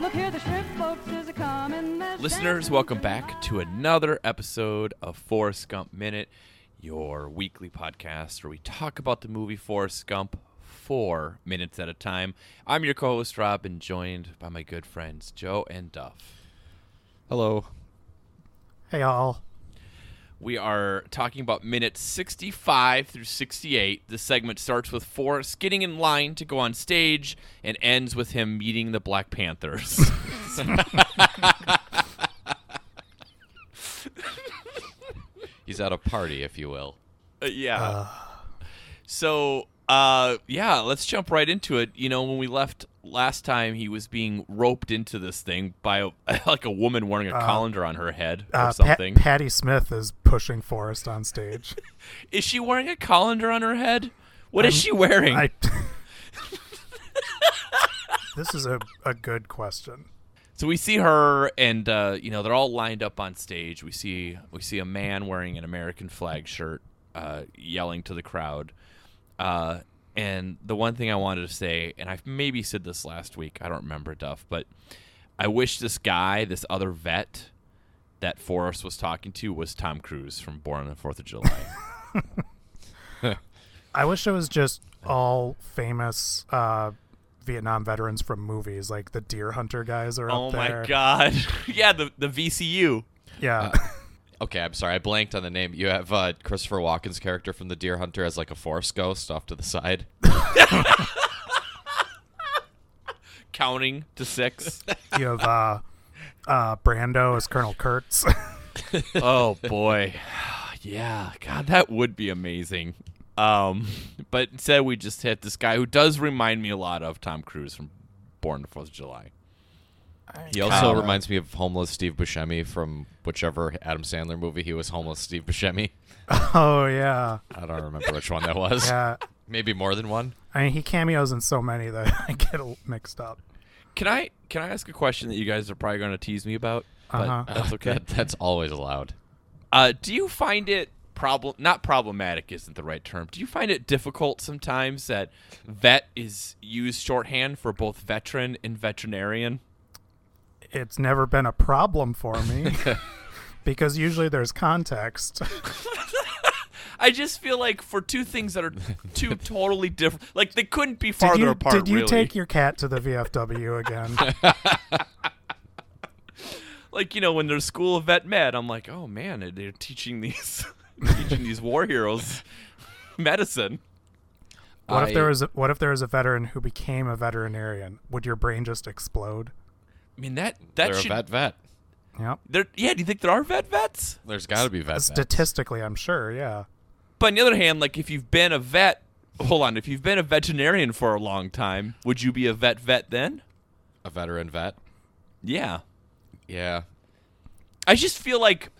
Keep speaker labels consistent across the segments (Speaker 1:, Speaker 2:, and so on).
Speaker 1: Look here, the shrimp folks is a comin'. There's
Speaker 2: Listeners,
Speaker 1: dancing
Speaker 2: welcome
Speaker 1: in my-
Speaker 2: back to another episode of Forrest Gump Minute, your weekly podcast where we talk about the movie Forrest Gump four minutes at a time. I'm your co host, Rob, and joined by my good friends, Joe and Duff.
Speaker 3: Hello.
Speaker 4: Hey, all.
Speaker 2: We are talking about minutes 65 through 68. The segment starts with Forrest getting in line to go on stage and ends with him meeting the Black Panthers.
Speaker 3: He's at a party, if you will.
Speaker 2: Uh, yeah. So, uh, yeah, let's jump right into it. You know, when we left last time, he was being roped into this thing by a, like a woman wearing a colander on her head or
Speaker 4: Uh, Pat-
Speaker 2: something.
Speaker 4: Patty Smith is pushing Forrest on stage.
Speaker 2: is she wearing a colander on her head? What is she wearing?
Speaker 4: Um, I. this is a, a good question.
Speaker 2: So we see her, and uh, you know they're all lined up on stage. We see we see a man wearing an American flag shirt, uh, yelling to the crowd. Uh, and the one thing I wanted to say, and I maybe said this last week, I don't remember Duff, but I wish this guy, this other vet that Forrest was talking to, was Tom Cruise from Born on the Fourth of July.
Speaker 4: I wish it was just all famous uh, Vietnam veterans from movies, like the Deer Hunter guys are
Speaker 2: oh
Speaker 4: up there.
Speaker 2: my God! yeah, the the VCU.
Speaker 4: Yeah,
Speaker 3: Okay, I'm sorry. I blanked on the name. You have uh, Christopher Walken's character from The Deer Hunter as like a forest ghost off to the side.
Speaker 2: Counting to six.
Speaker 4: you have uh, uh, Brando as Colonel Kurtz.
Speaker 2: oh boy yeah god that would be amazing um but instead we just hit this guy who does remind me a lot of tom cruise from born the fourth of july
Speaker 3: He
Speaker 2: Oh.
Speaker 3: also
Speaker 4: Kinda.
Speaker 3: reminds me of homeless Steve Buscemi from whichever Adam Sandler movie he was homeless Steve Buscemi.
Speaker 4: oh yeah,
Speaker 3: I don't remember which one that was.
Speaker 4: yeah.
Speaker 3: Maybe more than one.
Speaker 4: I mean, he cameos in so many that I get a- mixed up.
Speaker 2: can i can i ask a question that you guys are probably going to tease me about but
Speaker 4: Uh-huh.
Speaker 2: that's okay
Speaker 3: Uh, That, that's always allowed.
Speaker 2: uh do you find it problem not problematic isn't the right term do you find it difficult sometimes that vet is used shorthand for both veteran and veterinarian
Speaker 4: It's never been a problem for me because usually there's context.
Speaker 2: I just feel like for two things that are two totally different, like they couldn't be farther
Speaker 4: did you,
Speaker 2: apart.
Speaker 4: Did you
Speaker 2: really.
Speaker 4: take your cat to the VFW again?
Speaker 2: like you know when there's school of vet med, I'm like, oh man, they're teaching these teaching these war heroes medicine.
Speaker 4: What
Speaker 3: I-
Speaker 4: if there was? A, what if there was a veteran who became a veterinarian? Would your brain just explode?
Speaker 2: I mean that that
Speaker 3: They're
Speaker 2: should
Speaker 3: a vet vet.
Speaker 4: Yep.
Speaker 2: there. Yeah, do you think there are vet vets?
Speaker 3: There's got to be vet vets.
Speaker 4: Statistically, I'm sure. Yeah.
Speaker 2: But on the other hand, like if you've been a vet, hold on, if you've been a veterinarian for a long time, would you be a vet vet then?
Speaker 3: a veteran vet.
Speaker 2: Yeah,
Speaker 3: Yeah.
Speaker 2: I just feel like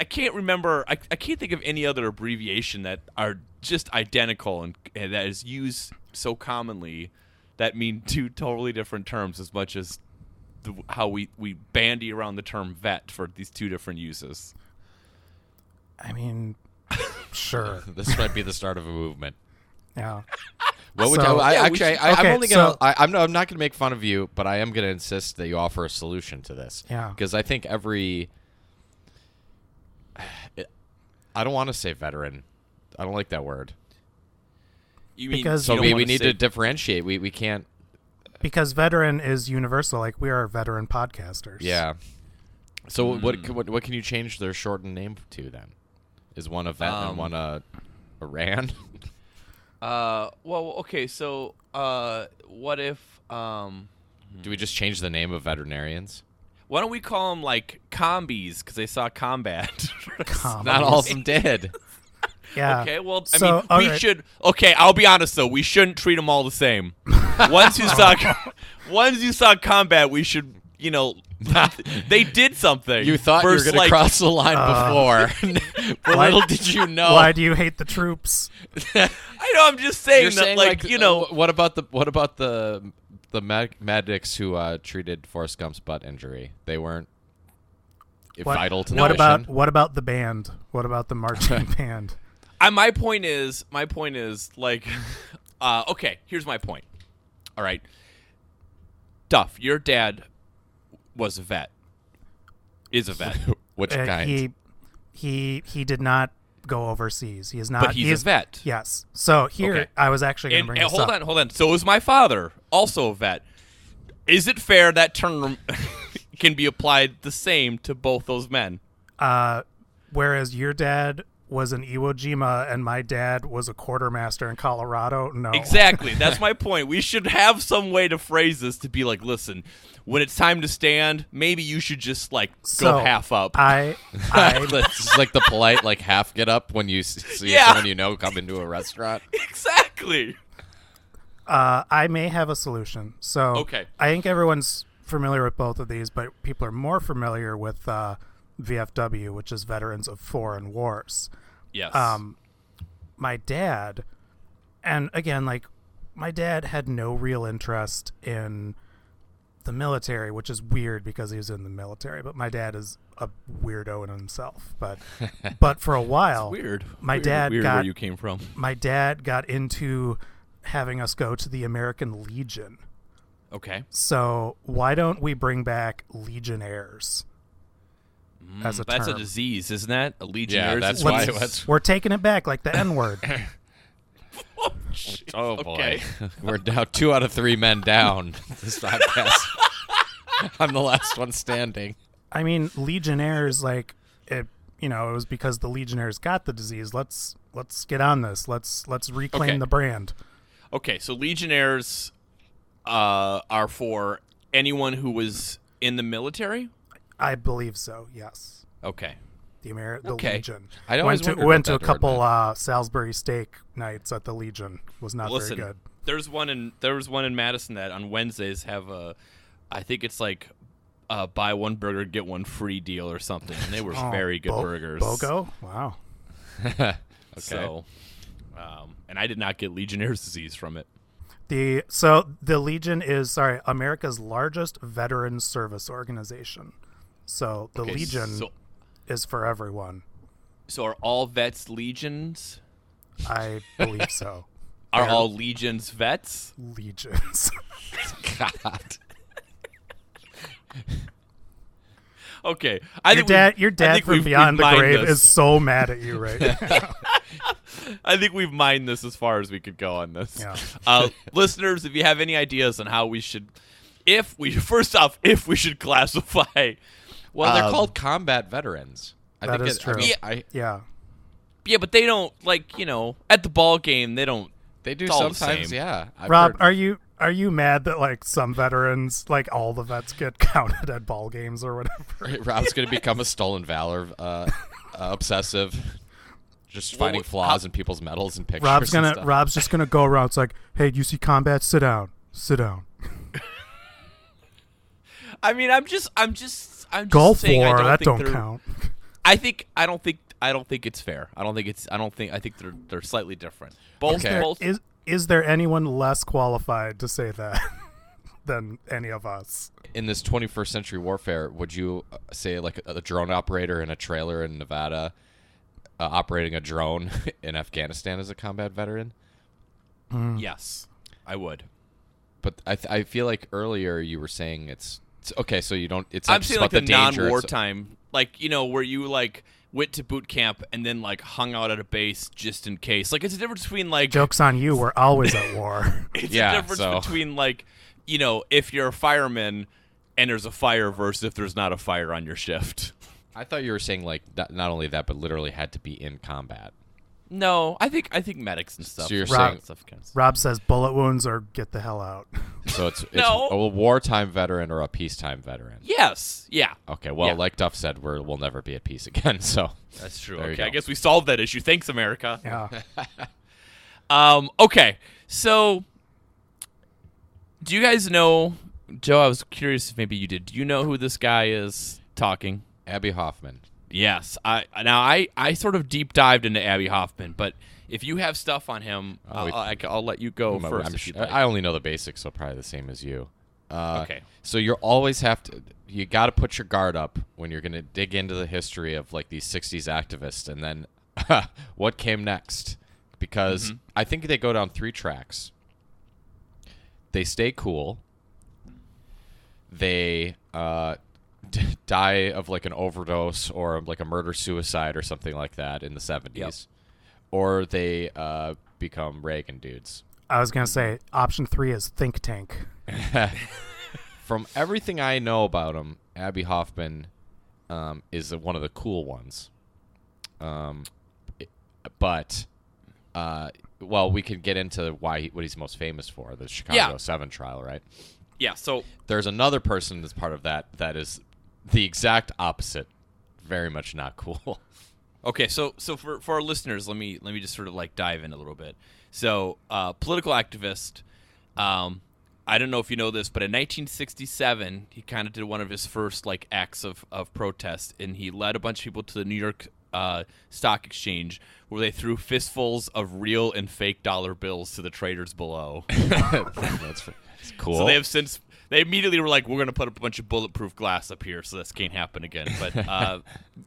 Speaker 2: I can't remember. I, I can't think of any other abbreviation that are just identical and, and that is used so commonly that mean two totally different terms as much as the, how we, we bandy around the term vet for these two different uses.
Speaker 4: I mean, sure.
Speaker 3: This might be the start of a movement.
Speaker 4: Yeah.
Speaker 3: What would
Speaker 4: So-
Speaker 3: I,
Speaker 2: Yeah, we
Speaker 3: actually?
Speaker 2: should-
Speaker 3: I, I'm
Speaker 4: okay,
Speaker 3: only gonna.
Speaker 4: so-
Speaker 3: I, I'm, no, I'm not gonna make fun of you, but I am gonna insist that you offer a solution to this.
Speaker 4: Yeah.
Speaker 3: Because I think every. I don't want to say veteran. I don't like that word.
Speaker 2: You mean
Speaker 4: Because-
Speaker 2: you
Speaker 3: So
Speaker 2: don't
Speaker 3: we,
Speaker 2: wanna
Speaker 3: we need
Speaker 2: say-
Speaker 3: to differentiate. We we can't.
Speaker 4: Because veteran is universal. Like we are veteran podcasters.
Speaker 3: Yeah. So what, c- what what can you change their shortened name to then? Is one a vet
Speaker 2: Um,
Speaker 3: and one a Iran?
Speaker 2: uh well okay so uh what if um
Speaker 3: Do we just change the name of veterinarians?
Speaker 2: why don't we call them like combies because they saw combat
Speaker 4: Com-
Speaker 3: Not all of them did.
Speaker 4: Yeah.
Speaker 2: Okay, well, I
Speaker 4: So,
Speaker 2: mean,
Speaker 4: all
Speaker 2: we
Speaker 4: right.
Speaker 2: should. Okay, I'll be honest though, we shouldn't treat them all the same. once you saw, once you saw combat, we should, you know, they did something.
Speaker 3: You thought you were
Speaker 2: versus,
Speaker 3: gonna
Speaker 2: like, uh,
Speaker 3: cross the line before. But
Speaker 4: Why-
Speaker 3: little did you know.
Speaker 4: Why do you hate the troops?
Speaker 2: I know. I'm just saying
Speaker 3: You're
Speaker 2: that,
Speaker 3: saying
Speaker 2: like, you know,
Speaker 3: uh, what about the what about the the med- medics who uh, treated Forrest Gump's butt injury? They weren't
Speaker 4: What,
Speaker 3: vital to the
Speaker 4: what
Speaker 3: mission.
Speaker 4: about what about the band? What about the marching band?
Speaker 2: I, my point is, my point is, like, uh, okay, here's my point. All right, Duff, your dad was a vet. Is a vet.
Speaker 3: Which
Speaker 4: Uh,
Speaker 3: kind?
Speaker 4: he he he did not go overseas. He is not.
Speaker 2: But he's
Speaker 4: he
Speaker 2: a
Speaker 4: is,
Speaker 2: vet.
Speaker 4: Yes. So here
Speaker 2: Okay.
Speaker 4: I was actually going to
Speaker 2: And,
Speaker 4: bring
Speaker 2: and
Speaker 4: this
Speaker 2: hold
Speaker 4: up.
Speaker 2: on, hold on. So is my father, also a vet. Is it fair that term can be applied the same to both those men?
Speaker 4: Uh, whereas your dad was in Iwo Jima and my dad was a quartermaster in Colorado. No.
Speaker 2: Exactly. That's my point. We should have some way to phrase this to be like, listen, when it's time to stand, maybe you should just like go
Speaker 4: So
Speaker 2: half up.
Speaker 4: I I
Speaker 3: It's just like the polite, like half get up when you s- see
Speaker 2: Yeah.
Speaker 3: someone you know come into a restaurant.
Speaker 2: exactly.
Speaker 4: Uh, I may have a solution. So
Speaker 2: Okay.
Speaker 4: I think everyone's familiar with both of these, but people are more familiar with uh, VFW, which is Veterans of Foreign Wars.
Speaker 2: Yes.
Speaker 4: Um, my dad, and again, like my dad had no real interest in the military, which is weird because he was in the military. But my dad is a weirdo in himself. But but for a while,
Speaker 2: weird.
Speaker 4: my
Speaker 2: Weird-
Speaker 4: dad
Speaker 2: weird where
Speaker 4: got
Speaker 2: you came from.
Speaker 4: my dad got into having us go to the American Legion.
Speaker 2: Okay.
Speaker 4: So why don't we bring back Legionnaires as a
Speaker 2: Mm, That's
Speaker 4: term?
Speaker 2: a disease, isn't that? A legionnaires.
Speaker 3: that's
Speaker 2: is-
Speaker 3: why
Speaker 4: Let's-
Speaker 3: it was-
Speaker 4: We're taking it back like the N word.
Speaker 2: Oh, jeez.
Speaker 3: Oh boy,
Speaker 2: Okay.
Speaker 3: we're now two out of three men down. This podcast. I'm the last one standing.
Speaker 4: I mean, Legionnaires, like it, you know, it was because the Legionnaires got the disease. Let's let's get on this. Let's let's reclaim
Speaker 2: Okay.
Speaker 4: the brand.
Speaker 2: Okay, so legionnaires uh, are for anyone who was in the military.
Speaker 4: I believe so. Yes,
Speaker 2: Okay.
Speaker 4: the Ameri- the
Speaker 2: Okay.
Speaker 4: Legion.
Speaker 3: I
Speaker 4: went
Speaker 3: always
Speaker 4: to
Speaker 3: wondered
Speaker 4: went to a
Speaker 3: what that word
Speaker 4: couple
Speaker 3: meant.
Speaker 4: uh, Salisbury steak nights at the Legion. Was not
Speaker 2: Listen,
Speaker 4: very good.
Speaker 2: there's one in there was one in Madison that on Wednesdays have a, I think it's like, uh, buy one burger get one free deal or something, and they were
Speaker 4: Oh,
Speaker 2: very good
Speaker 4: Bo-
Speaker 2: burgers.
Speaker 4: Bogo? Wow.
Speaker 2: So, um, and I did not get Legionnaires' disease from it.
Speaker 4: The so the Legion is sorry, America's largest veteran service organization. So the
Speaker 2: Okay,
Speaker 4: Legion
Speaker 2: So,
Speaker 4: is for everyone.
Speaker 2: so are all vets legions?
Speaker 4: I believe so.
Speaker 2: Are all legions vets?
Speaker 4: Legions.
Speaker 3: God.
Speaker 2: Okay, I
Speaker 4: Your
Speaker 2: think we-
Speaker 4: dad, your
Speaker 2: I
Speaker 4: dad
Speaker 2: think
Speaker 4: from
Speaker 2: we've- we've
Speaker 4: beyond the
Speaker 2: mined
Speaker 4: grave
Speaker 2: this.
Speaker 4: is so mad at you right now.
Speaker 2: I think we've mined this as far as we could go on this.
Speaker 4: Yeah.
Speaker 2: Uh, listeners, if you have any ideas on how we should, if we first off, if we should classify,
Speaker 3: Well, they're
Speaker 2: Um,
Speaker 3: called combat veterans. I
Speaker 4: that
Speaker 3: think
Speaker 4: is
Speaker 3: it-
Speaker 4: true.
Speaker 3: I mean, I,
Speaker 4: yeah.
Speaker 2: yeah, but they don't like you know at the ball game they don't.
Speaker 3: they do
Speaker 2: It's all the
Speaker 3: sometimes.
Speaker 2: same.
Speaker 3: Yeah, I've
Speaker 4: Rob,
Speaker 3: heard-
Speaker 4: are you are you mad that like some veterans, like all the vets get counted at ball games or whatever?
Speaker 3: Rob's going to become a stolen valor uh, uh, obsessive, just
Speaker 2: Well,
Speaker 3: finding
Speaker 2: wh-
Speaker 3: flaws in people's medals and pictures.
Speaker 4: Rob's
Speaker 3: and
Speaker 4: gonna
Speaker 3: stuff.
Speaker 4: Rob's just gonna go around. It's like, hey, you see combat? Sit down. Sit down.
Speaker 2: I mean, I'm just, I'm just, I'm just
Speaker 4: Golf
Speaker 2: saying I
Speaker 4: war,
Speaker 2: don't
Speaker 4: that
Speaker 2: think
Speaker 4: don't
Speaker 2: they're-
Speaker 4: count.
Speaker 2: I think, I don't think, I don't think it's fair. I don't think it's, I don't think, I think they're, they're slightly different. Both,
Speaker 3: Is there-
Speaker 2: both.
Speaker 4: Is is there anyone less qualified to say that than any of us?
Speaker 3: in this 21st century warfare, would you uh, say like a, a drone operator in a trailer in Nevada uh, operating a drone in Afghanistan as a combat veteran?
Speaker 2: yes, I would.
Speaker 3: But I, th- I feel like earlier you were saying it's, it's okay. So you don't. It's not
Speaker 2: I'm
Speaker 3: just
Speaker 2: saying like
Speaker 3: about
Speaker 2: the,
Speaker 3: danger. it's-
Speaker 2: non-wartime, like you know, where you like went to boot camp and then like hung out at a base just in case. Like it's a difference between like
Speaker 4: Jokes on you. We're always at war.
Speaker 2: it's
Speaker 3: Yeah,
Speaker 2: a difference
Speaker 3: so-
Speaker 2: between like you know if you're a fireman and there's a fire versus if there's not a fire on your shift.
Speaker 3: I thought you were saying like that, not only that, but literally had to be in combat.
Speaker 2: No, I think I think medics and stuff.
Speaker 3: So you're
Speaker 2: Rob-
Speaker 3: saying-
Speaker 2: stuff counts.
Speaker 4: Rob says bullet wounds or get the hell out.
Speaker 3: So it's, it's
Speaker 2: No.
Speaker 3: a wartime veteran or a peacetime veteran.
Speaker 2: Yes, yeah,
Speaker 3: Okay, well,
Speaker 2: Yeah.
Speaker 3: like Duff said, we're, we'll never be at peace again. So
Speaker 2: that's true.
Speaker 3: There you
Speaker 2: Okay, I
Speaker 3: go.
Speaker 2: guess we solved that issue. Thanks, America.
Speaker 4: Yeah.
Speaker 2: Um, okay, so do you guys know Joe? I was curious if maybe you did. Do you know who this guy is talking?
Speaker 3: Abby Hoffman,
Speaker 2: Yes. I now I I sort of deep dived into Abby Hoffman, but if you have stuff on him,
Speaker 3: Oh, we-
Speaker 2: I'll, I, will let you go
Speaker 3: I'm- I'm
Speaker 2: 1st if
Speaker 3: su-
Speaker 2: you'd like.
Speaker 3: I only know the basics, so probably the same as you. Uh,
Speaker 2: Okay.
Speaker 3: So you always have to. You got to put your guard up when you're going to dig into the history of like these '60s activists, and then what came next? Because I think they go down three tracks. They stay cool. They uh, d- die of like an overdose or like a murder suicide or something like that in the 70s or they uh, become reagan dudes
Speaker 4: I was gonna say option three is think tank.
Speaker 3: from everything i know about him abby hoffman um, is one of the cool ones um, it- but uh, well we can get into why he, what he's most famous for the chicago 7 trial right
Speaker 2: Yeah. So
Speaker 3: there's another person that's part of that that is the exact opposite very much not cool
Speaker 2: Okay, so so for for our listeners, let me let me just sort of like dive in a little bit. So, uh, political activist. Um, I don't know if you know this, but in 1967, he kind of did one of his first like acts of of protest, and he led a bunch of people to the New York uh, Stock Exchange, where they threw fistfuls of real and fake dollar bills to the traders below.
Speaker 3: that's, that's cool
Speaker 2: So they have since they immediately were like, we're going to put up a bunch of bulletproof glass up here, so this can't happen again. But uh,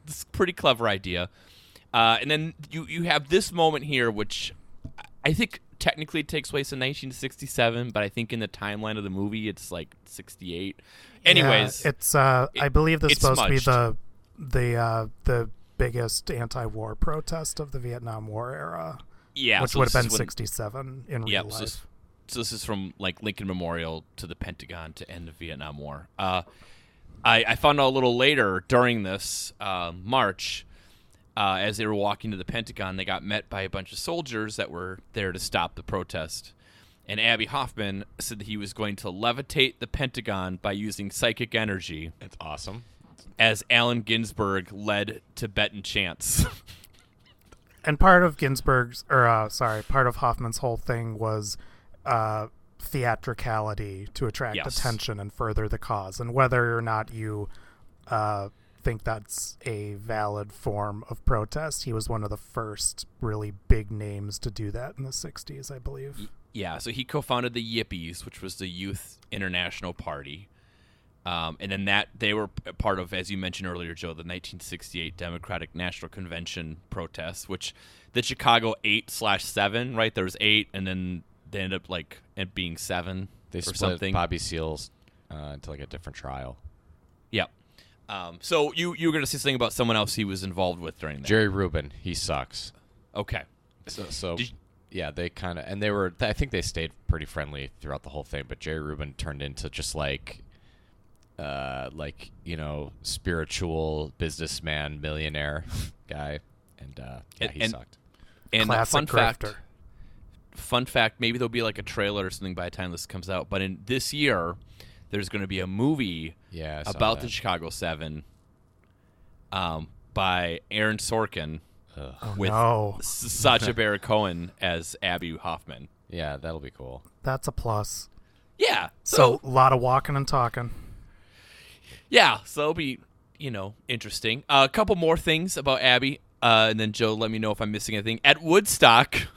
Speaker 2: it's a pretty clever idea. Uh, and then you you have this moment here, which I think technically takes place in 1967, but I think in the timeline of the movie, it's like 68. Anyways,
Speaker 4: Yeah, it's uh, I believe this is
Speaker 2: it's
Speaker 4: supposed to be the
Speaker 2: smudged.
Speaker 4: the uh, the biggest anti-war protest of the Vietnam War era,
Speaker 2: yeah,
Speaker 4: which
Speaker 2: so
Speaker 4: would have
Speaker 2: this
Speaker 4: been
Speaker 2: is when-
Speaker 4: sixty-seven in
Speaker 2: Yep.
Speaker 4: real
Speaker 2: So, this-
Speaker 4: life.
Speaker 2: so this is from like Lincoln Memorial to the Pentagon to end the Vietnam War. Uh, I, I found out a little later during this uh, march, uh, as they were walking to the Pentagon, they got met by a bunch of soldiers that were there to stop the protest. And Abby Hoffman said that he was going to levitate the Pentagon by using psychic energy,
Speaker 3: it's awesome
Speaker 2: as Allen Ginsberg led Tibetan chants.
Speaker 4: And part of Ginsburg's, or uh, sorry, part of Hoffman's whole thing was uh, theatricality to attract
Speaker 2: Yes.
Speaker 4: attention and further the cause. And whether or not you uh, think that's a valid form of protest, he was one of the first really big names to do that in the '60s, I believe.
Speaker 2: Yeah, so he co-founded the Yippies, which was the Youth International Party, um, and then that they were p- part of, as you mentioned earlier, Joe, the 1968 Democratic National Convention protests, which the Chicago eight slash seven, right? There was eight, and then they ended up like it being seven
Speaker 3: they
Speaker 2: or
Speaker 3: split
Speaker 2: something.
Speaker 3: bobby seals uh, into like a different trial
Speaker 2: Yeah. Um, so you you were gonna say something about someone else he was involved with during that?
Speaker 3: jerry rubin he sucks
Speaker 2: Okay.
Speaker 3: so, so
Speaker 2: Did-
Speaker 3: yeah they kind of and they were i think they stayed pretty friendly throughout the whole thing but jerry rubin turned into just like uh like you know spiritual businessman millionaire guy and uh yeah
Speaker 2: And-
Speaker 3: he
Speaker 2: and-
Speaker 3: sucked
Speaker 2: And uh,
Speaker 4: Classic
Speaker 2: fun fact.
Speaker 4: grifter.
Speaker 2: fun fact maybe there'll be like a trailer or something by the time this comes out but in this year there's going to be a movie
Speaker 3: Yeah, I saw
Speaker 2: about the
Speaker 3: that.
Speaker 2: chicago seven um, by aaron sorkin with
Speaker 4: no.
Speaker 2: S- sacha baron cohen as abby hoffman
Speaker 3: yeah that'll be cool
Speaker 4: That's a plus.
Speaker 2: yeah
Speaker 4: So a lot of walking and talking.
Speaker 2: yeah so it'll be you know interesting uh, a couple more things about abby uh, and then joe let me know if i'm missing anything at woodstock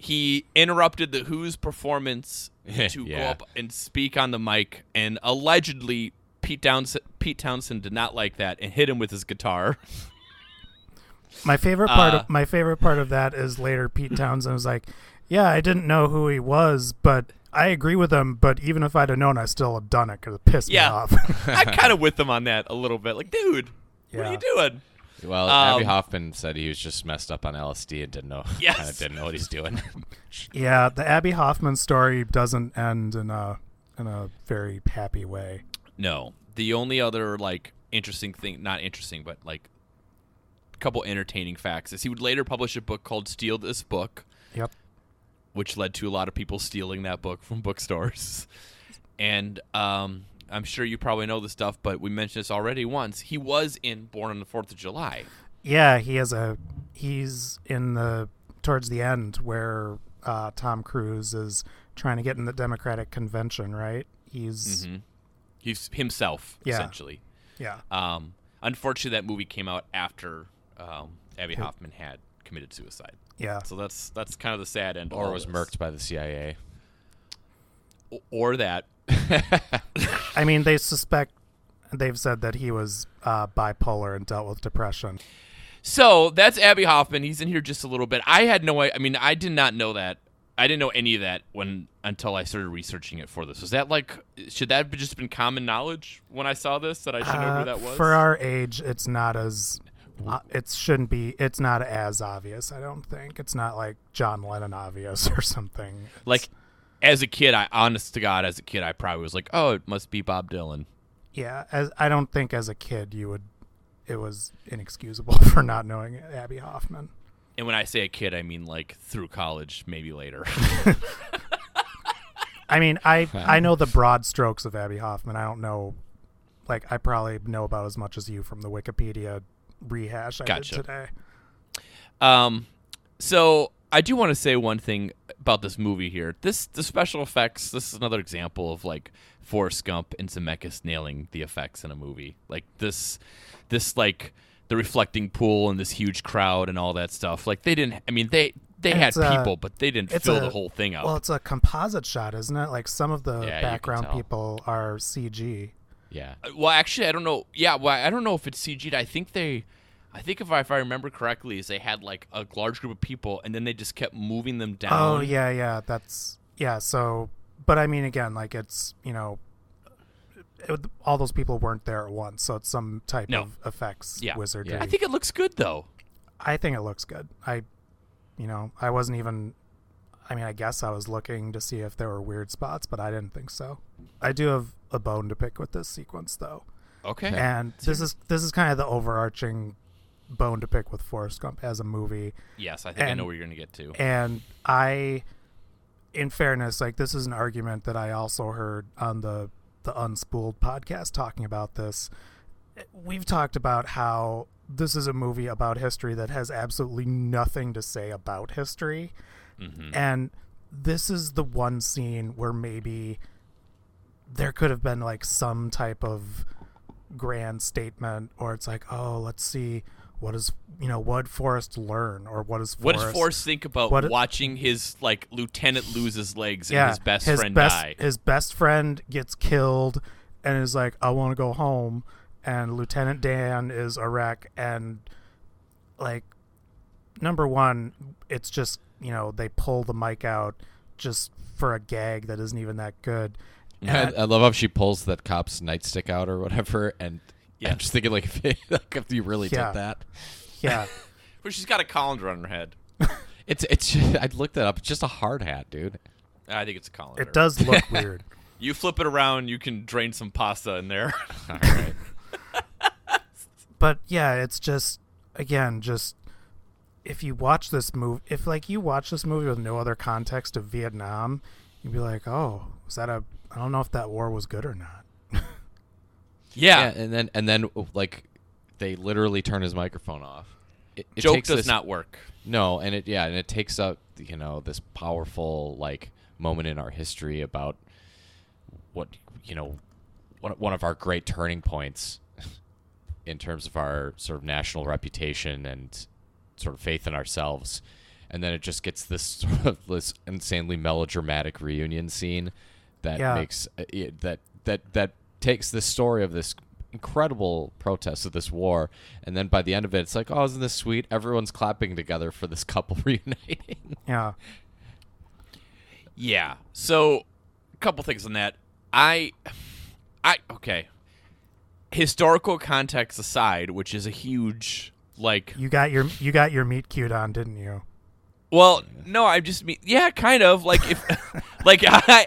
Speaker 2: he interrupted the who's performance to go
Speaker 3: Yeah.
Speaker 2: up and speak on the mic and allegedly pete townsend, pete townsend did not like that and hit him with his guitar
Speaker 4: My favorite part
Speaker 2: Uh,
Speaker 4: of my favorite part of that is later Pete Townsend was like, "Yeah, I didn't know who he was, but I agree with him. But even if I'd have known, I still have done it because it pissed
Speaker 2: Yeah.
Speaker 4: me off."
Speaker 2: i'm kind of with him on that a little bit like dude what are
Speaker 4: Yeah.
Speaker 2: you doing
Speaker 3: well abby
Speaker 2: Um,
Speaker 3: hoffman said he was just messed up on lsd and didn't know
Speaker 2: Yes.
Speaker 3: kinda didn't know what he's doing
Speaker 4: yeah, the Abby Hoffman story doesn't end in a in a very happy way.
Speaker 2: No. The only other like interesting thing, not interesting, but like a couple entertaining facts is he would later publish a book called Steal This Book,
Speaker 4: Yep.
Speaker 2: which led to a lot of people stealing that book from bookstores. And um I'm sure you probably know this stuff, but we mentioned this already once. He was in Born on the Fourth of July.
Speaker 4: Yeah, he has a he's in the towards the end where uh, Tom Cruise is trying to get in the Democratic convention, right? He's
Speaker 2: Mm-hmm. He's himself,
Speaker 4: Yeah.
Speaker 2: essentially.
Speaker 4: yeah.
Speaker 2: Um unfortunately that movie came out after um Abby Hoffman had committed suicide.
Speaker 4: Yeah.
Speaker 2: So that's that's kind of the sad end. of
Speaker 3: or
Speaker 2: all
Speaker 3: was
Speaker 2: this.
Speaker 3: murked by the cia
Speaker 2: O- or that
Speaker 4: I mean, they suspect they've said that he was uh, bipolar and dealt with depression.
Speaker 2: So that's Abby Hoffman. He's in here just a little bit. I had no. I I mean, I did not know that. I didn't know any of that when until I started researching it for this. Was that like should that have just been common knowledge when I saw this that I should know
Speaker 4: Uh,
Speaker 2: who that was?
Speaker 4: For our age, it's not as uh, it shouldn't be. It's not as obvious. I don't think it's not like John Lennon obvious or something. It's-
Speaker 2: like as a kid, I honest to God, as a kid, I probably was like, oh, it must be Bob Dylan.
Speaker 4: yeah, as I don't think as a kid you would. It was inexcusable for not knowing Abby Hoffman.
Speaker 2: And when I say a kid, I mean like through college, maybe later.
Speaker 4: I mean, I I know the broad strokes of Abby Hoffman. I don't know, like I probably know about as much as you from the Wikipedia rehash I
Speaker 2: Gotcha.
Speaker 4: did today.
Speaker 2: Um, so I do want to say one thing about this movie here. This the special effects. This is another example of like Forrest Gump and Zemeckis nailing the effects in a movie. Like this, this like the reflecting pool and this huge crowd and all that stuff. Like they didn't. I mean they they
Speaker 4: And
Speaker 2: had
Speaker 4: it's a-
Speaker 2: people, but they didn't
Speaker 4: it's
Speaker 2: fill
Speaker 4: a-
Speaker 2: the whole thing up.
Speaker 4: Well, it's a composite shot, isn't it? Like some of the
Speaker 3: you can
Speaker 4: background
Speaker 3: tell.
Speaker 4: people are CG.
Speaker 3: Yeah.
Speaker 2: Uh, well actually i don't know yeah well i don't know if it's cg'd i think they i think if I, if I remember correctly is they had like a large group of people and then they just kept moving them down
Speaker 4: Oh yeah, yeah. That's yeah. So, but I mean, again, like it's you know, it, all those people weren't there at once, so it's some type
Speaker 2: No.
Speaker 4: of effects
Speaker 2: Yeah.
Speaker 4: wizardry.
Speaker 3: Yeah.
Speaker 2: i think it looks good though
Speaker 4: I think it looks good. I, you know, I wasn't even. I mean, I guess I was looking to see if there were weird spots, but I didn't think so. I do have a bone to pick with this sequence, though,
Speaker 2: okay
Speaker 4: and this is this is kind of the overarching bone to pick with Forrest Gump as a movie.
Speaker 2: yes i think i
Speaker 4: and-
Speaker 2: know where you're gonna get to
Speaker 4: And I, in fairness, like this is an argument that I also heard on the the Unspooled podcast talking about this. We've talked about how this is a movie about history that has absolutely nothing to say about history, and this is the one scene where maybe there could have been like some type of grand statement or it's like oh let's see what is you know what Forrest learn or what is
Speaker 2: what
Speaker 4: Forrest
Speaker 2: does Forrest think about
Speaker 4: What-
Speaker 2: watching his like lieutenant lose his legs and his best friend
Speaker 4: best,
Speaker 2: die?
Speaker 4: His best friend gets killed and is like, I want to go home. And Lieutenant Dan is a wreck. And, like, number one, it's just, you know, they pull the mic out just for a gag that isn't even that good.
Speaker 3: I, I love how she pulls that cop's nightstick out or whatever, and
Speaker 2: Yeah.
Speaker 3: I'm just thinking like if, like if you really
Speaker 4: Yeah.
Speaker 3: did that,
Speaker 4: Yeah.
Speaker 2: Well, she's got a colander on her head.
Speaker 3: it's it's. Just, I looked that up. It's just a hard hat, dude.
Speaker 2: I think it's a colander.
Speaker 4: it does look weird.
Speaker 2: You flip it around, you can drain some pasta in there.
Speaker 3: All right.
Speaker 4: but yeah, it's just again, just if you watch this movie, if like you watch this movie with no other context of Vietnam, you'd be like, oh, was that a? I don't know if that war was good or not.
Speaker 2: yeah,
Speaker 3: yeah, and then and then like they literally turn his microphone off. It, it
Speaker 2: joke
Speaker 3: takes
Speaker 2: does
Speaker 3: this-
Speaker 2: not work.
Speaker 3: No, and it yeah, and it takes up you know this powerful like moment in our history about what you know one one of our great turning points in terms of our sort of national reputation and sort of faith in ourselves, and then it just gets this sort of this insanely melodramatic reunion scene that
Speaker 4: Yeah.
Speaker 3: makes uh, it, that that that takes the story of this incredible protest of this war and then by the end of it it's like oh isn't this sweet everyone's clapping together for this couple reuniting
Speaker 4: Yeah,
Speaker 2: Yeah. So, a couple things on that. I, I okay. Historical context aside, which is a huge like.
Speaker 4: you got your you got your meat cute on, didn't you?
Speaker 2: Well, no, I just mean yeah, kind of like if like I.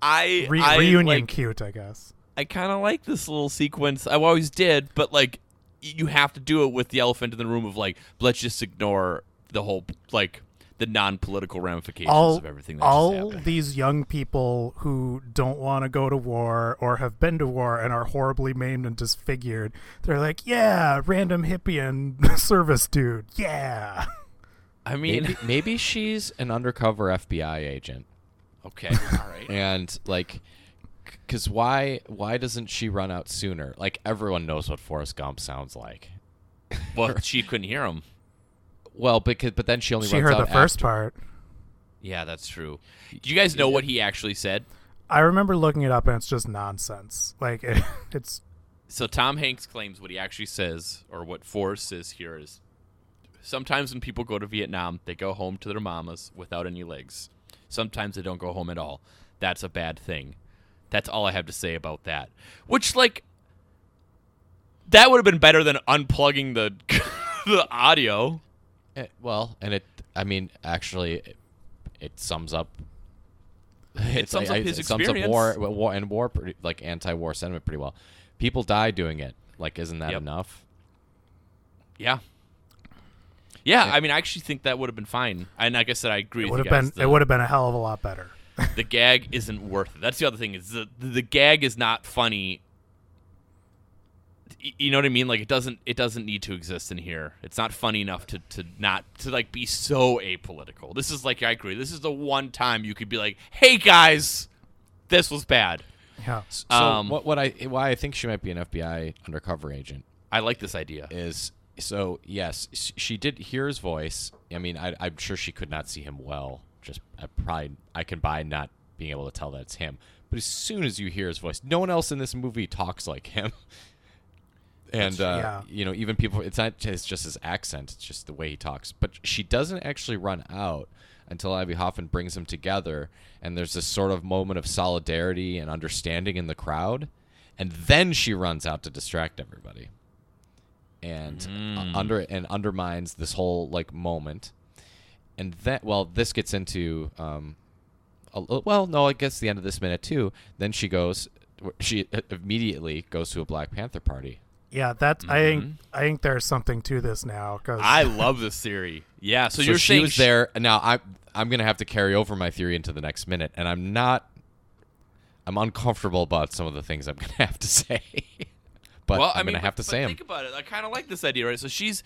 Speaker 2: I,
Speaker 4: Re-
Speaker 2: I
Speaker 4: reunion
Speaker 2: like,
Speaker 4: cute, I guess.
Speaker 2: I kind of like this little sequence. I always did, but like y- you have to do it with the elephant in the room of like let's just ignore the whole like the non-political ramifications
Speaker 4: All
Speaker 2: of everything that's just
Speaker 4: all
Speaker 2: happened.
Speaker 4: these young people who don't want to go to war or have been to war and are horribly maimed and disfigured, they're like, yeah, random hippie and service dude, yeah.
Speaker 2: I mean,
Speaker 3: maybe, maybe she's an undercover fbi agent
Speaker 2: okay, all right.
Speaker 3: and like because why why doesn't she run out sooner like everyone knows what forrest gump sounds like
Speaker 2: Well, she couldn't hear him.
Speaker 3: well because but then she only
Speaker 4: She
Speaker 3: runs
Speaker 4: heard
Speaker 3: out
Speaker 4: the first
Speaker 3: after-
Speaker 4: part.
Speaker 2: Yeah, that's true. Do you guys know what he actually said?
Speaker 4: I remember looking it up and it's just nonsense. Like it, it's
Speaker 2: So Tom Hanks claims what he actually says, or what Forrest says here is, Sometimes when people go to Vietnam, they go home to their mamas without any legs. Sometimes they don't go home at all. That's a bad thing. That's all I have to say about that. Which, like, that would have been better than unplugging the the audio.
Speaker 3: Eh, well, and it. I mean, actually, it, it sums up. It
Speaker 2: sums up his
Speaker 3: it sums
Speaker 2: experience.
Speaker 3: war, war and war, pretty, like anti-war sentiment, pretty well. People die doing it. Like, isn't that
Speaker 2: Yep.
Speaker 3: enough?
Speaker 2: Yeah. Yeah, I mean, I actually think that would have been fine. And like I said, I agree.
Speaker 4: It
Speaker 2: with
Speaker 4: would
Speaker 2: you
Speaker 4: have been
Speaker 2: guys. The-
Speaker 4: it would have been a hell of a lot better.
Speaker 2: the gag isn't worth it. That's the other thing is the the gag is not funny. Y- You know what I mean? Like it doesn't it doesn't need to exist in here. It's not funny enough to to not to like be so apolitical. This is like I agree. This is the one time you could be like, "Hey guys, this was bad."
Speaker 4: Yeah.
Speaker 3: So
Speaker 2: Um,
Speaker 3: what, what I why I think she might be an FBI undercover agent
Speaker 2: I like this idea.
Speaker 3: is so yes, sh- she did hear his voice. I mean, I, I'm sure she could not see him well. Just I probably I can buy not being able to tell that it's him. But as soon as you hear his voice, no one else in this movie talks like him. And uh,
Speaker 4: yeah.
Speaker 3: you know, even people, it's not it's just his accent; it's just the way he talks. But she doesn't actually run out until Ivy Hoffman brings them together, and there's this sort of moment of solidarity and understanding in the crowd, and then she runs out to distract everybody and uh, under and undermines this whole like moment. And that well, this gets into um, a, li- well, no, I guess the end of this minute too. Then she goes, she uh, immediately goes to a Black Panther party.
Speaker 4: Yeah, that I
Speaker 3: Mm-hmm.
Speaker 4: think I think there's something to this now cuz
Speaker 2: I love this theory. Yeah, so,
Speaker 3: So,
Speaker 2: you're
Speaker 3: she
Speaker 2: saying
Speaker 3: was
Speaker 2: sh-
Speaker 3: there. and Now I I'm gonna have to carry over my theory into the next minute, and I'm not. I'm uncomfortable about some of the things I'm gonna have to say, but
Speaker 2: well,
Speaker 3: I'm
Speaker 2: I mean,
Speaker 3: gonna have to
Speaker 2: but, but
Speaker 3: say them.
Speaker 2: Think about it. I kind of like this idea, right? So she's,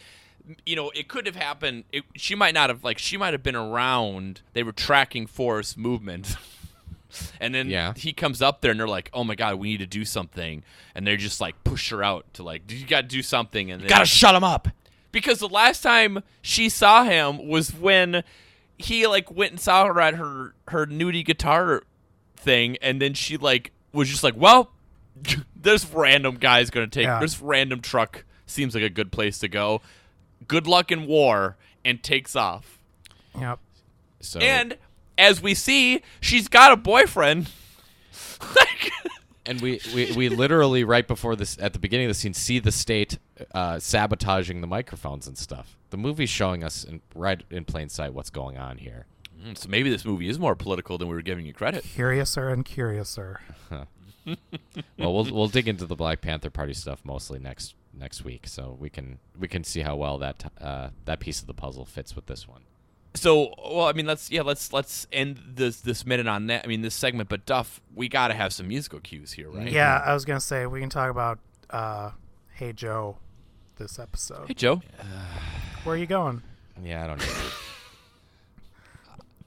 Speaker 2: you know, it could have happened. It, she might not have like she might have been around. They were tracking force movement, and then
Speaker 3: Yeah.
Speaker 2: he comes up there, and they're like, "Oh my god, we need to do something," and they're just like push her out to like, "You got to do something," and
Speaker 3: Gotta shut him up.
Speaker 2: because the last time she saw him was when he like went and saw her at her her nudie guitar thing and then she like was just like well this random guy's gonna take
Speaker 4: Yeah.
Speaker 2: this random truck seems like a good place to go good luck in war and takes off
Speaker 4: Yep.
Speaker 3: So
Speaker 2: and as we see she's got a boyfriend like
Speaker 3: And we, we, we literally right before this at the beginning of the scene see the state uh, sabotaging the microphones and stuff. The movie's showing us in, right in plain sight what's going on here.
Speaker 2: Hmm, so maybe this movie is more political than we were giving you credit
Speaker 4: Curiouser and curiouser.
Speaker 3: Well, we'll we'll dig into the Black Panther Party stuff mostly next next week, so we can we can see how well that uh, that piece of the puzzle fits with this one.
Speaker 2: So, well, I mean, let's yeah, let's let's end this this minute on that. I mean, this segment, but Duff, we got to have some musical cues here, right?
Speaker 4: Yeah, I was going to say we can talk about uh Hey Joe this
Speaker 2: Hey,
Speaker 4: episode.
Speaker 2: Joe.
Speaker 4: Where are you going?
Speaker 3: Yeah, I don't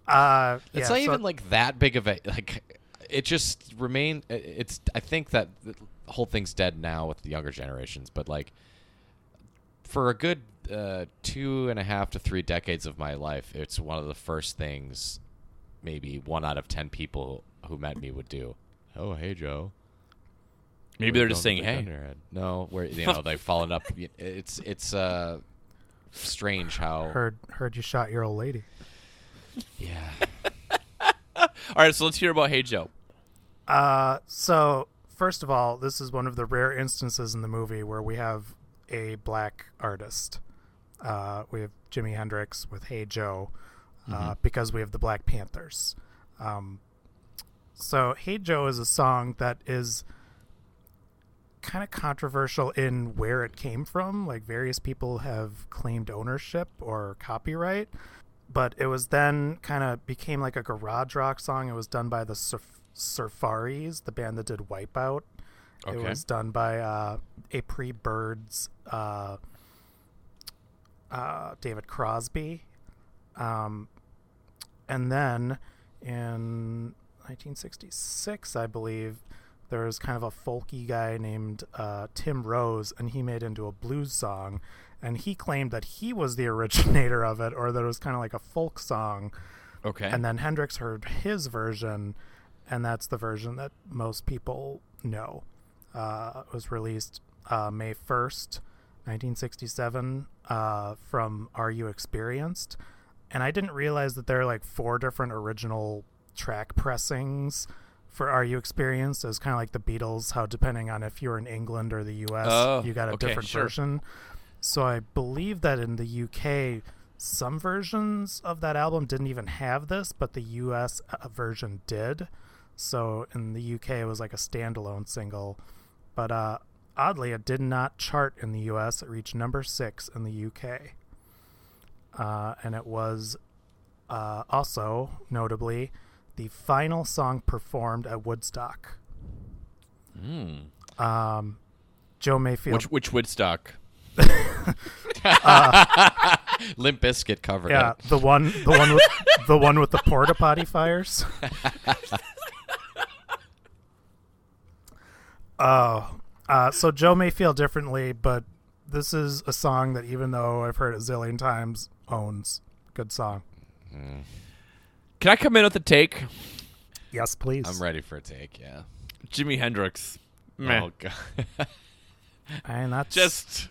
Speaker 3: know.
Speaker 4: Uh
Speaker 3: It's
Speaker 4: yeah,
Speaker 3: not
Speaker 4: so-
Speaker 3: even like that big of a like. It just remain. i- It's. I think that the whole thing's dead now with the younger generations. But like, for a good uh, two and a half to three decades of my life, it's one of the first things. Maybe one out of ten people who met me would do. Oh, hey Joe.
Speaker 2: Maybe they're just saying, "Hey,
Speaker 3: No, where you know they've fallen up. Y- It's it's uh strange how
Speaker 4: heard heard you shot your old lady.
Speaker 3: yeah
Speaker 2: all right." So let's hear about Hey Joe.
Speaker 4: Uh, so first of all, this is one of the rare instances in the movie where we have a black artist. Uh, we have Jimi Hendrix with "Hey Joe," uh, because we have the Black Panthers. Um, so "Hey Joe" is a song that is kind of controversial in where it came from. Like various people have claimed ownership or copyright but it was then kind of became like a garage rock song. It was done by the Surf- Surfaris, the band that did Wipeout. It
Speaker 3: Okay.
Speaker 4: was done by uh, a pre Birds uh, uh, David Crosby. Um, and then in 1966, I believe, there was kind of a folky guy named uh, Tim Rose, and he made into a blues song. And he claimed that he was the originator of it, or that it was kind of like a folk song.
Speaker 2: Okay.
Speaker 4: And then Hendrix heard his version, and that's the version that most people know. Uh, it was released uh, May 1st, 1967, uh, from Are You Experienced? And I didn't realize that there are like four different original track pressings for Are You Experienced. It's kind of like the Beatles, how depending on if you're in England or the US,
Speaker 2: Oh,
Speaker 4: you got a
Speaker 2: okay,
Speaker 4: different
Speaker 2: sure.
Speaker 4: version. So I believe that in the UK, some versions of that album didn't even have this, but the US uh, version did. So in the UK, it was like a standalone single. But uh, oddly, it did not chart in the US. It reached number six in the UK. Uh, and it was uh, also, notably, the final song performed at Woodstock.
Speaker 2: Mm.
Speaker 4: Um, Joe Mayfield.
Speaker 2: Which which Woodstock?
Speaker 3: Limp Biscuit covered
Speaker 4: yeah,
Speaker 3: it.
Speaker 4: the one, the one, with, the one with the porta potty fires. Oh, uh, so Joe may feel differently, but this is a song that even though I've heard it a zillion times, owns. Good song.
Speaker 2: Can I come in with a take?
Speaker 4: Yes, please.
Speaker 3: I'm ready for a take. Yeah.
Speaker 2: Jimi Hendrix. Meh.
Speaker 3: Oh god.
Speaker 4: And that's
Speaker 2: Just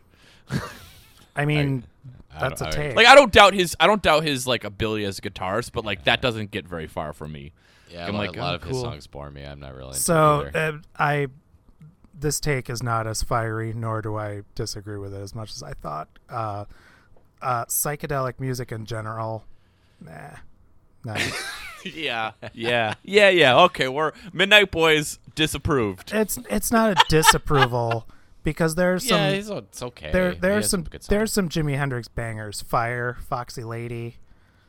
Speaker 4: I mean,
Speaker 3: I
Speaker 4: that's a
Speaker 3: don't- I-
Speaker 4: take.
Speaker 2: like I don't doubt his I don't doubt his like ability as a guitarist, but like that doesn't get very far from me.
Speaker 3: Yeah.
Speaker 2: I'm
Speaker 3: a lot-
Speaker 2: like,
Speaker 3: a lot
Speaker 2: oh,
Speaker 3: of his
Speaker 2: cool.
Speaker 3: songs bore me. I'm not really. into
Speaker 4: so
Speaker 3: it either.
Speaker 4: uh, I, this take is not as fiery, nor do I disagree with it as much as I thought. Uh, uh, psychedelic music in general, nah, nah.
Speaker 2: Yeah. Yeah. yeah, yeah. Okay, we're Midnight Boys disapproved.
Speaker 4: it's it's not a disapproval because there's some
Speaker 3: yeah, he's, o- it's okay.
Speaker 4: there
Speaker 3: He
Speaker 4: there's
Speaker 3: has
Speaker 4: some
Speaker 3: good songs.
Speaker 4: there's some Jimi Hendrix bangers, Fire, Foxy Lady.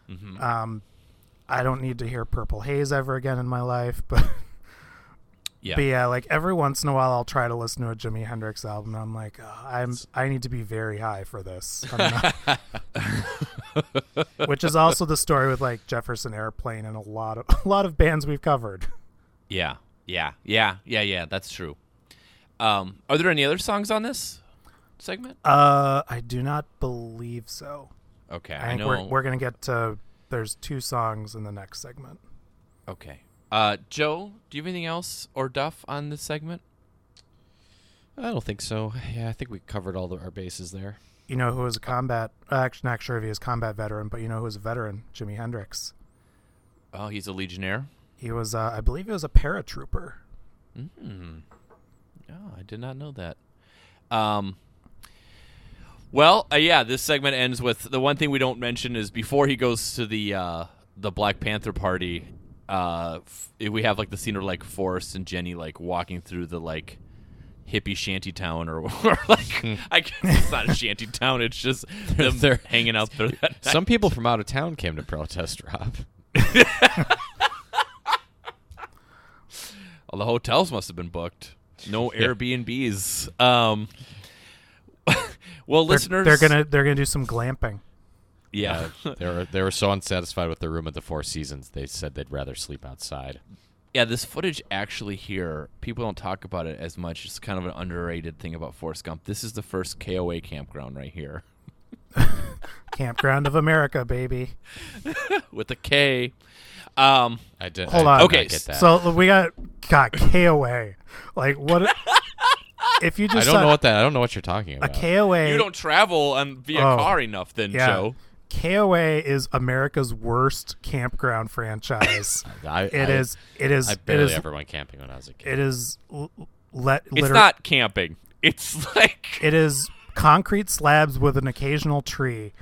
Speaker 3: Mm-hmm.
Speaker 4: Um, I don't need to hear Purple Haze ever again in my life, but.
Speaker 2: Yeah.
Speaker 4: But yeah, like every once in a while, I'll try to listen to a Jimi Hendrix album, and I'm like, "Ugh, I'm I need to be very high for this. I'm not- Which is also the story with like Jefferson Airplane and a lot of a lot of bands we've covered.
Speaker 2: Yeah. Yeah. Yeah. Yeah, yeah, that's true. Um are there any other songs on this segment?
Speaker 4: Uh, I do not believe so.
Speaker 2: Okay.
Speaker 4: I
Speaker 2: I,
Speaker 4: think
Speaker 2: know
Speaker 4: we're we're gonna get to. There's two songs in the next segment.
Speaker 2: Okay. Uh Joe, do you have anything else or Duff on this segment?
Speaker 3: I don't think so. Yeah, I think we covered all the, our bases there.
Speaker 4: You know who was a combat? Uh, actually, not sure if he was a combat veteran, but you know who was a veteran? Jimi Hendrix.
Speaker 2: Oh, he's a legionnaire.
Speaker 4: He was, uh, I believe, he was a paratrooper.
Speaker 2: Mm. Oh, I did not know that. Um, well, uh, yeah, this segment ends with the one thing we don't mention is before he goes to the uh, the Black Panther party, uh, f- we have like the scene of like Forrest and Jenny like walking through the like hippie shanty town or, or like I guess it's not a shanty town. It's just them
Speaker 3: they're-
Speaker 2: hanging out there. That night.
Speaker 3: Some people from out of town came to protest, Rob.
Speaker 2: All the hotels must have been booked. No Airbnbs. Um, well,
Speaker 4: They're-
Speaker 2: listeners,
Speaker 4: they're gonna they're gonna do some glamping.
Speaker 2: yeah.
Speaker 3: Uh, they were they were so unsatisfied with their room at the Four Seasons, they said they'd rather sleep outside.
Speaker 2: Yeah, this footage actually here, people don't talk about it as much. It's kind of an underrated thing about Forrest Gump. This is the first KOA campground right here
Speaker 4: Campground of America, baby.
Speaker 2: with a K. Um,
Speaker 3: I did.
Speaker 4: Hold
Speaker 3: I
Speaker 4: on.
Speaker 3: did
Speaker 2: Okay,
Speaker 3: not get that.
Speaker 4: So we got got KOA. Like what? if you
Speaker 3: I
Speaker 4: just
Speaker 3: don't
Speaker 4: saw
Speaker 3: know what that. I don't know what you're talking
Speaker 4: a
Speaker 3: about.
Speaker 4: KOA.
Speaker 2: you don't travel on via
Speaker 4: Oh.
Speaker 2: car enough, then
Speaker 4: yeah.
Speaker 2: Joe.
Speaker 4: KOA is America's worst campground franchise.
Speaker 3: I,
Speaker 4: It
Speaker 3: I,
Speaker 4: is. It is.
Speaker 3: I
Speaker 4: It
Speaker 3: barely
Speaker 4: is.
Speaker 3: ever went camping when I was a kid.
Speaker 4: It is. l- Let.
Speaker 2: It's
Speaker 4: liter-
Speaker 2: not camping. It's like
Speaker 4: It is concrete slabs with an occasional tree.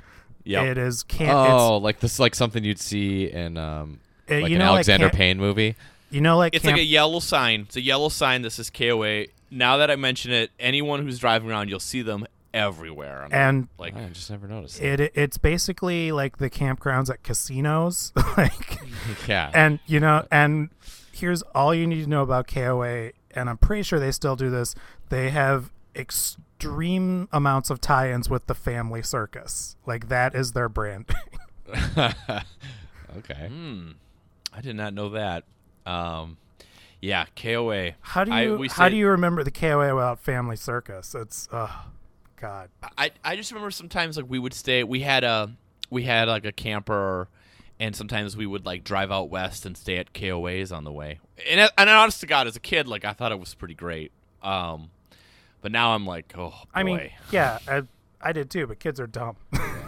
Speaker 2: Yep.
Speaker 4: It is camp.
Speaker 3: oh, like this, like something you'd see in um,
Speaker 4: Uh,
Speaker 3: like
Speaker 4: you
Speaker 3: an
Speaker 4: know, like
Speaker 3: Alexander
Speaker 4: camp-
Speaker 3: Payne movie.
Speaker 4: It's, you know, like
Speaker 2: It's
Speaker 4: camp.
Speaker 2: like a yellow sign. It's a yellow sign that says KOA. Now that I mention it, anyone who's driving around, you'll see them everywhere. I'm
Speaker 4: and
Speaker 2: like,
Speaker 3: I just never noticed.
Speaker 4: it it's basically like the campgrounds at casinos. like.
Speaker 3: that. yeah,
Speaker 4: and you know and here's all you need to know about koa and i'm pretty sure they still do this they have extreme amounts of tie-ins with the family circus like that is their brand
Speaker 3: okay.
Speaker 2: Hmm. I did not know that. Um, yeah, KOA.
Speaker 4: how do
Speaker 2: I-
Speaker 4: you
Speaker 2: we
Speaker 4: how
Speaker 2: say-
Speaker 4: do you remember the koa without family circus it's oh god
Speaker 2: I, I just remember sometimes like we would stay we had a we had like a camper and sometimes we would like drive out west and stay at KOAs on the way. And I- and honest to God, as a kid, like I thought it was pretty great. Um, but now I'm like, oh boy.
Speaker 4: i mean yeah I, I did too, but kids are dumb.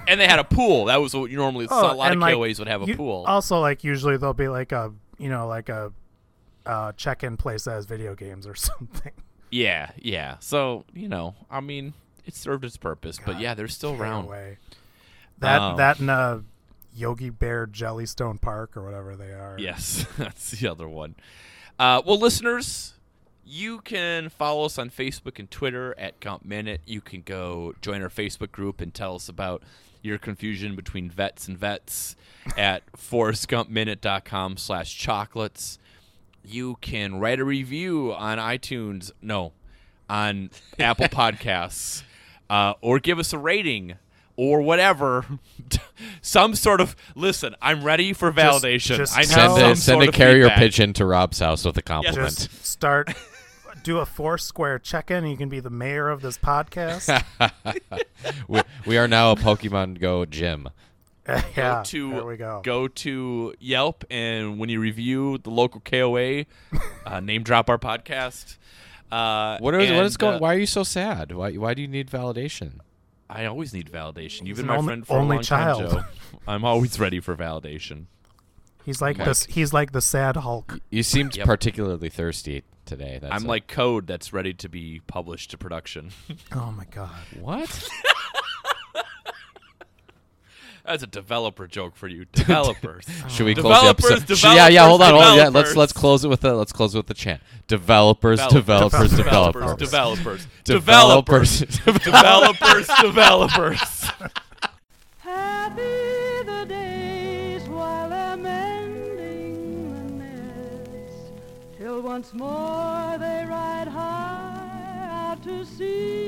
Speaker 2: and they had a pool. That was what you normally so a lot of
Speaker 4: Oh, and, like,
Speaker 2: KOAs would have a
Speaker 4: you- oh.
Speaker 2: pool.
Speaker 4: Also, like usually there'll be like a you know like a uh, check-in place that has video games or something.
Speaker 2: yeah, yeah. So you know, I mean, it served its purpose, but
Speaker 4: God,
Speaker 2: yeah, they're still
Speaker 4: Far
Speaker 2: around.
Speaker 4: away. That
Speaker 2: Oh.
Speaker 4: that and uh, Yogi Bear Jellystone Park or whatever they are.
Speaker 2: Yes, that's the other one. Uh, well, listeners, you can follow us on Facebook and Twitter at Gump Minute. You can go join our Facebook group and tell us about your confusion between vets and vets at forrestgumpminute.com slash chocolates. You can write a review on iTunes, no, on Apple Podcasts, uh, or give us a rating or whatever. Some sort of listen. I'm ready for
Speaker 4: Just-
Speaker 2: validation.
Speaker 4: just
Speaker 2: I need
Speaker 4: tell-
Speaker 3: Send
Speaker 2: some
Speaker 3: a, send
Speaker 2: sort
Speaker 3: a
Speaker 2: of
Speaker 3: carrier
Speaker 2: feedback.
Speaker 3: pigeon to Rob's house with a compliment.
Speaker 4: Just start do a four square check-in. and You can be the mayor of this podcast.
Speaker 3: we, we are now a Pokemon Go gym.
Speaker 2: go
Speaker 4: yeah.
Speaker 2: to
Speaker 4: Ah, there we go.
Speaker 2: to Yelp and when you review the local KOA, uh, name drop our podcast. Uh,
Speaker 3: What is, what is
Speaker 2: and,
Speaker 3: going?
Speaker 2: uh,
Speaker 3: why are you so sad? Why why do you need validation?
Speaker 2: I always need validation. You've been
Speaker 4: He's an
Speaker 2: my
Speaker 4: only-
Speaker 2: friend for
Speaker 4: only
Speaker 2: a long time,
Speaker 4: child.
Speaker 2: Joe. I'm always ready for validation.
Speaker 4: He's
Speaker 2: Oh
Speaker 4: like
Speaker 3: Mike.
Speaker 4: this. He's like the sad Hulk.
Speaker 3: You seemed
Speaker 2: Yep.
Speaker 3: particularly thirsty today. That's
Speaker 2: I'm
Speaker 3: it.
Speaker 2: like code that's ready to be published to production.
Speaker 4: Oh my god.
Speaker 3: what?
Speaker 2: that's a developer joke for you, developers.
Speaker 3: Should we close the
Speaker 2: Developers,
Speaker 3: episode? Sh- yeah, yeah. Hold on,
Speaker 2: developers,
Speaker 3: hold on. Yeah, let's let's
Speaker 2: developers.
Speaker 3: close it with a let's close it with the chant. Developers, developers, developers,
Speaker 2: developers, developers,
Speaker 3: developers,
Speaker 2: developers, developers.
Speaker 1: Happy the days while they're mending the nest, till once more they ride high out to sea.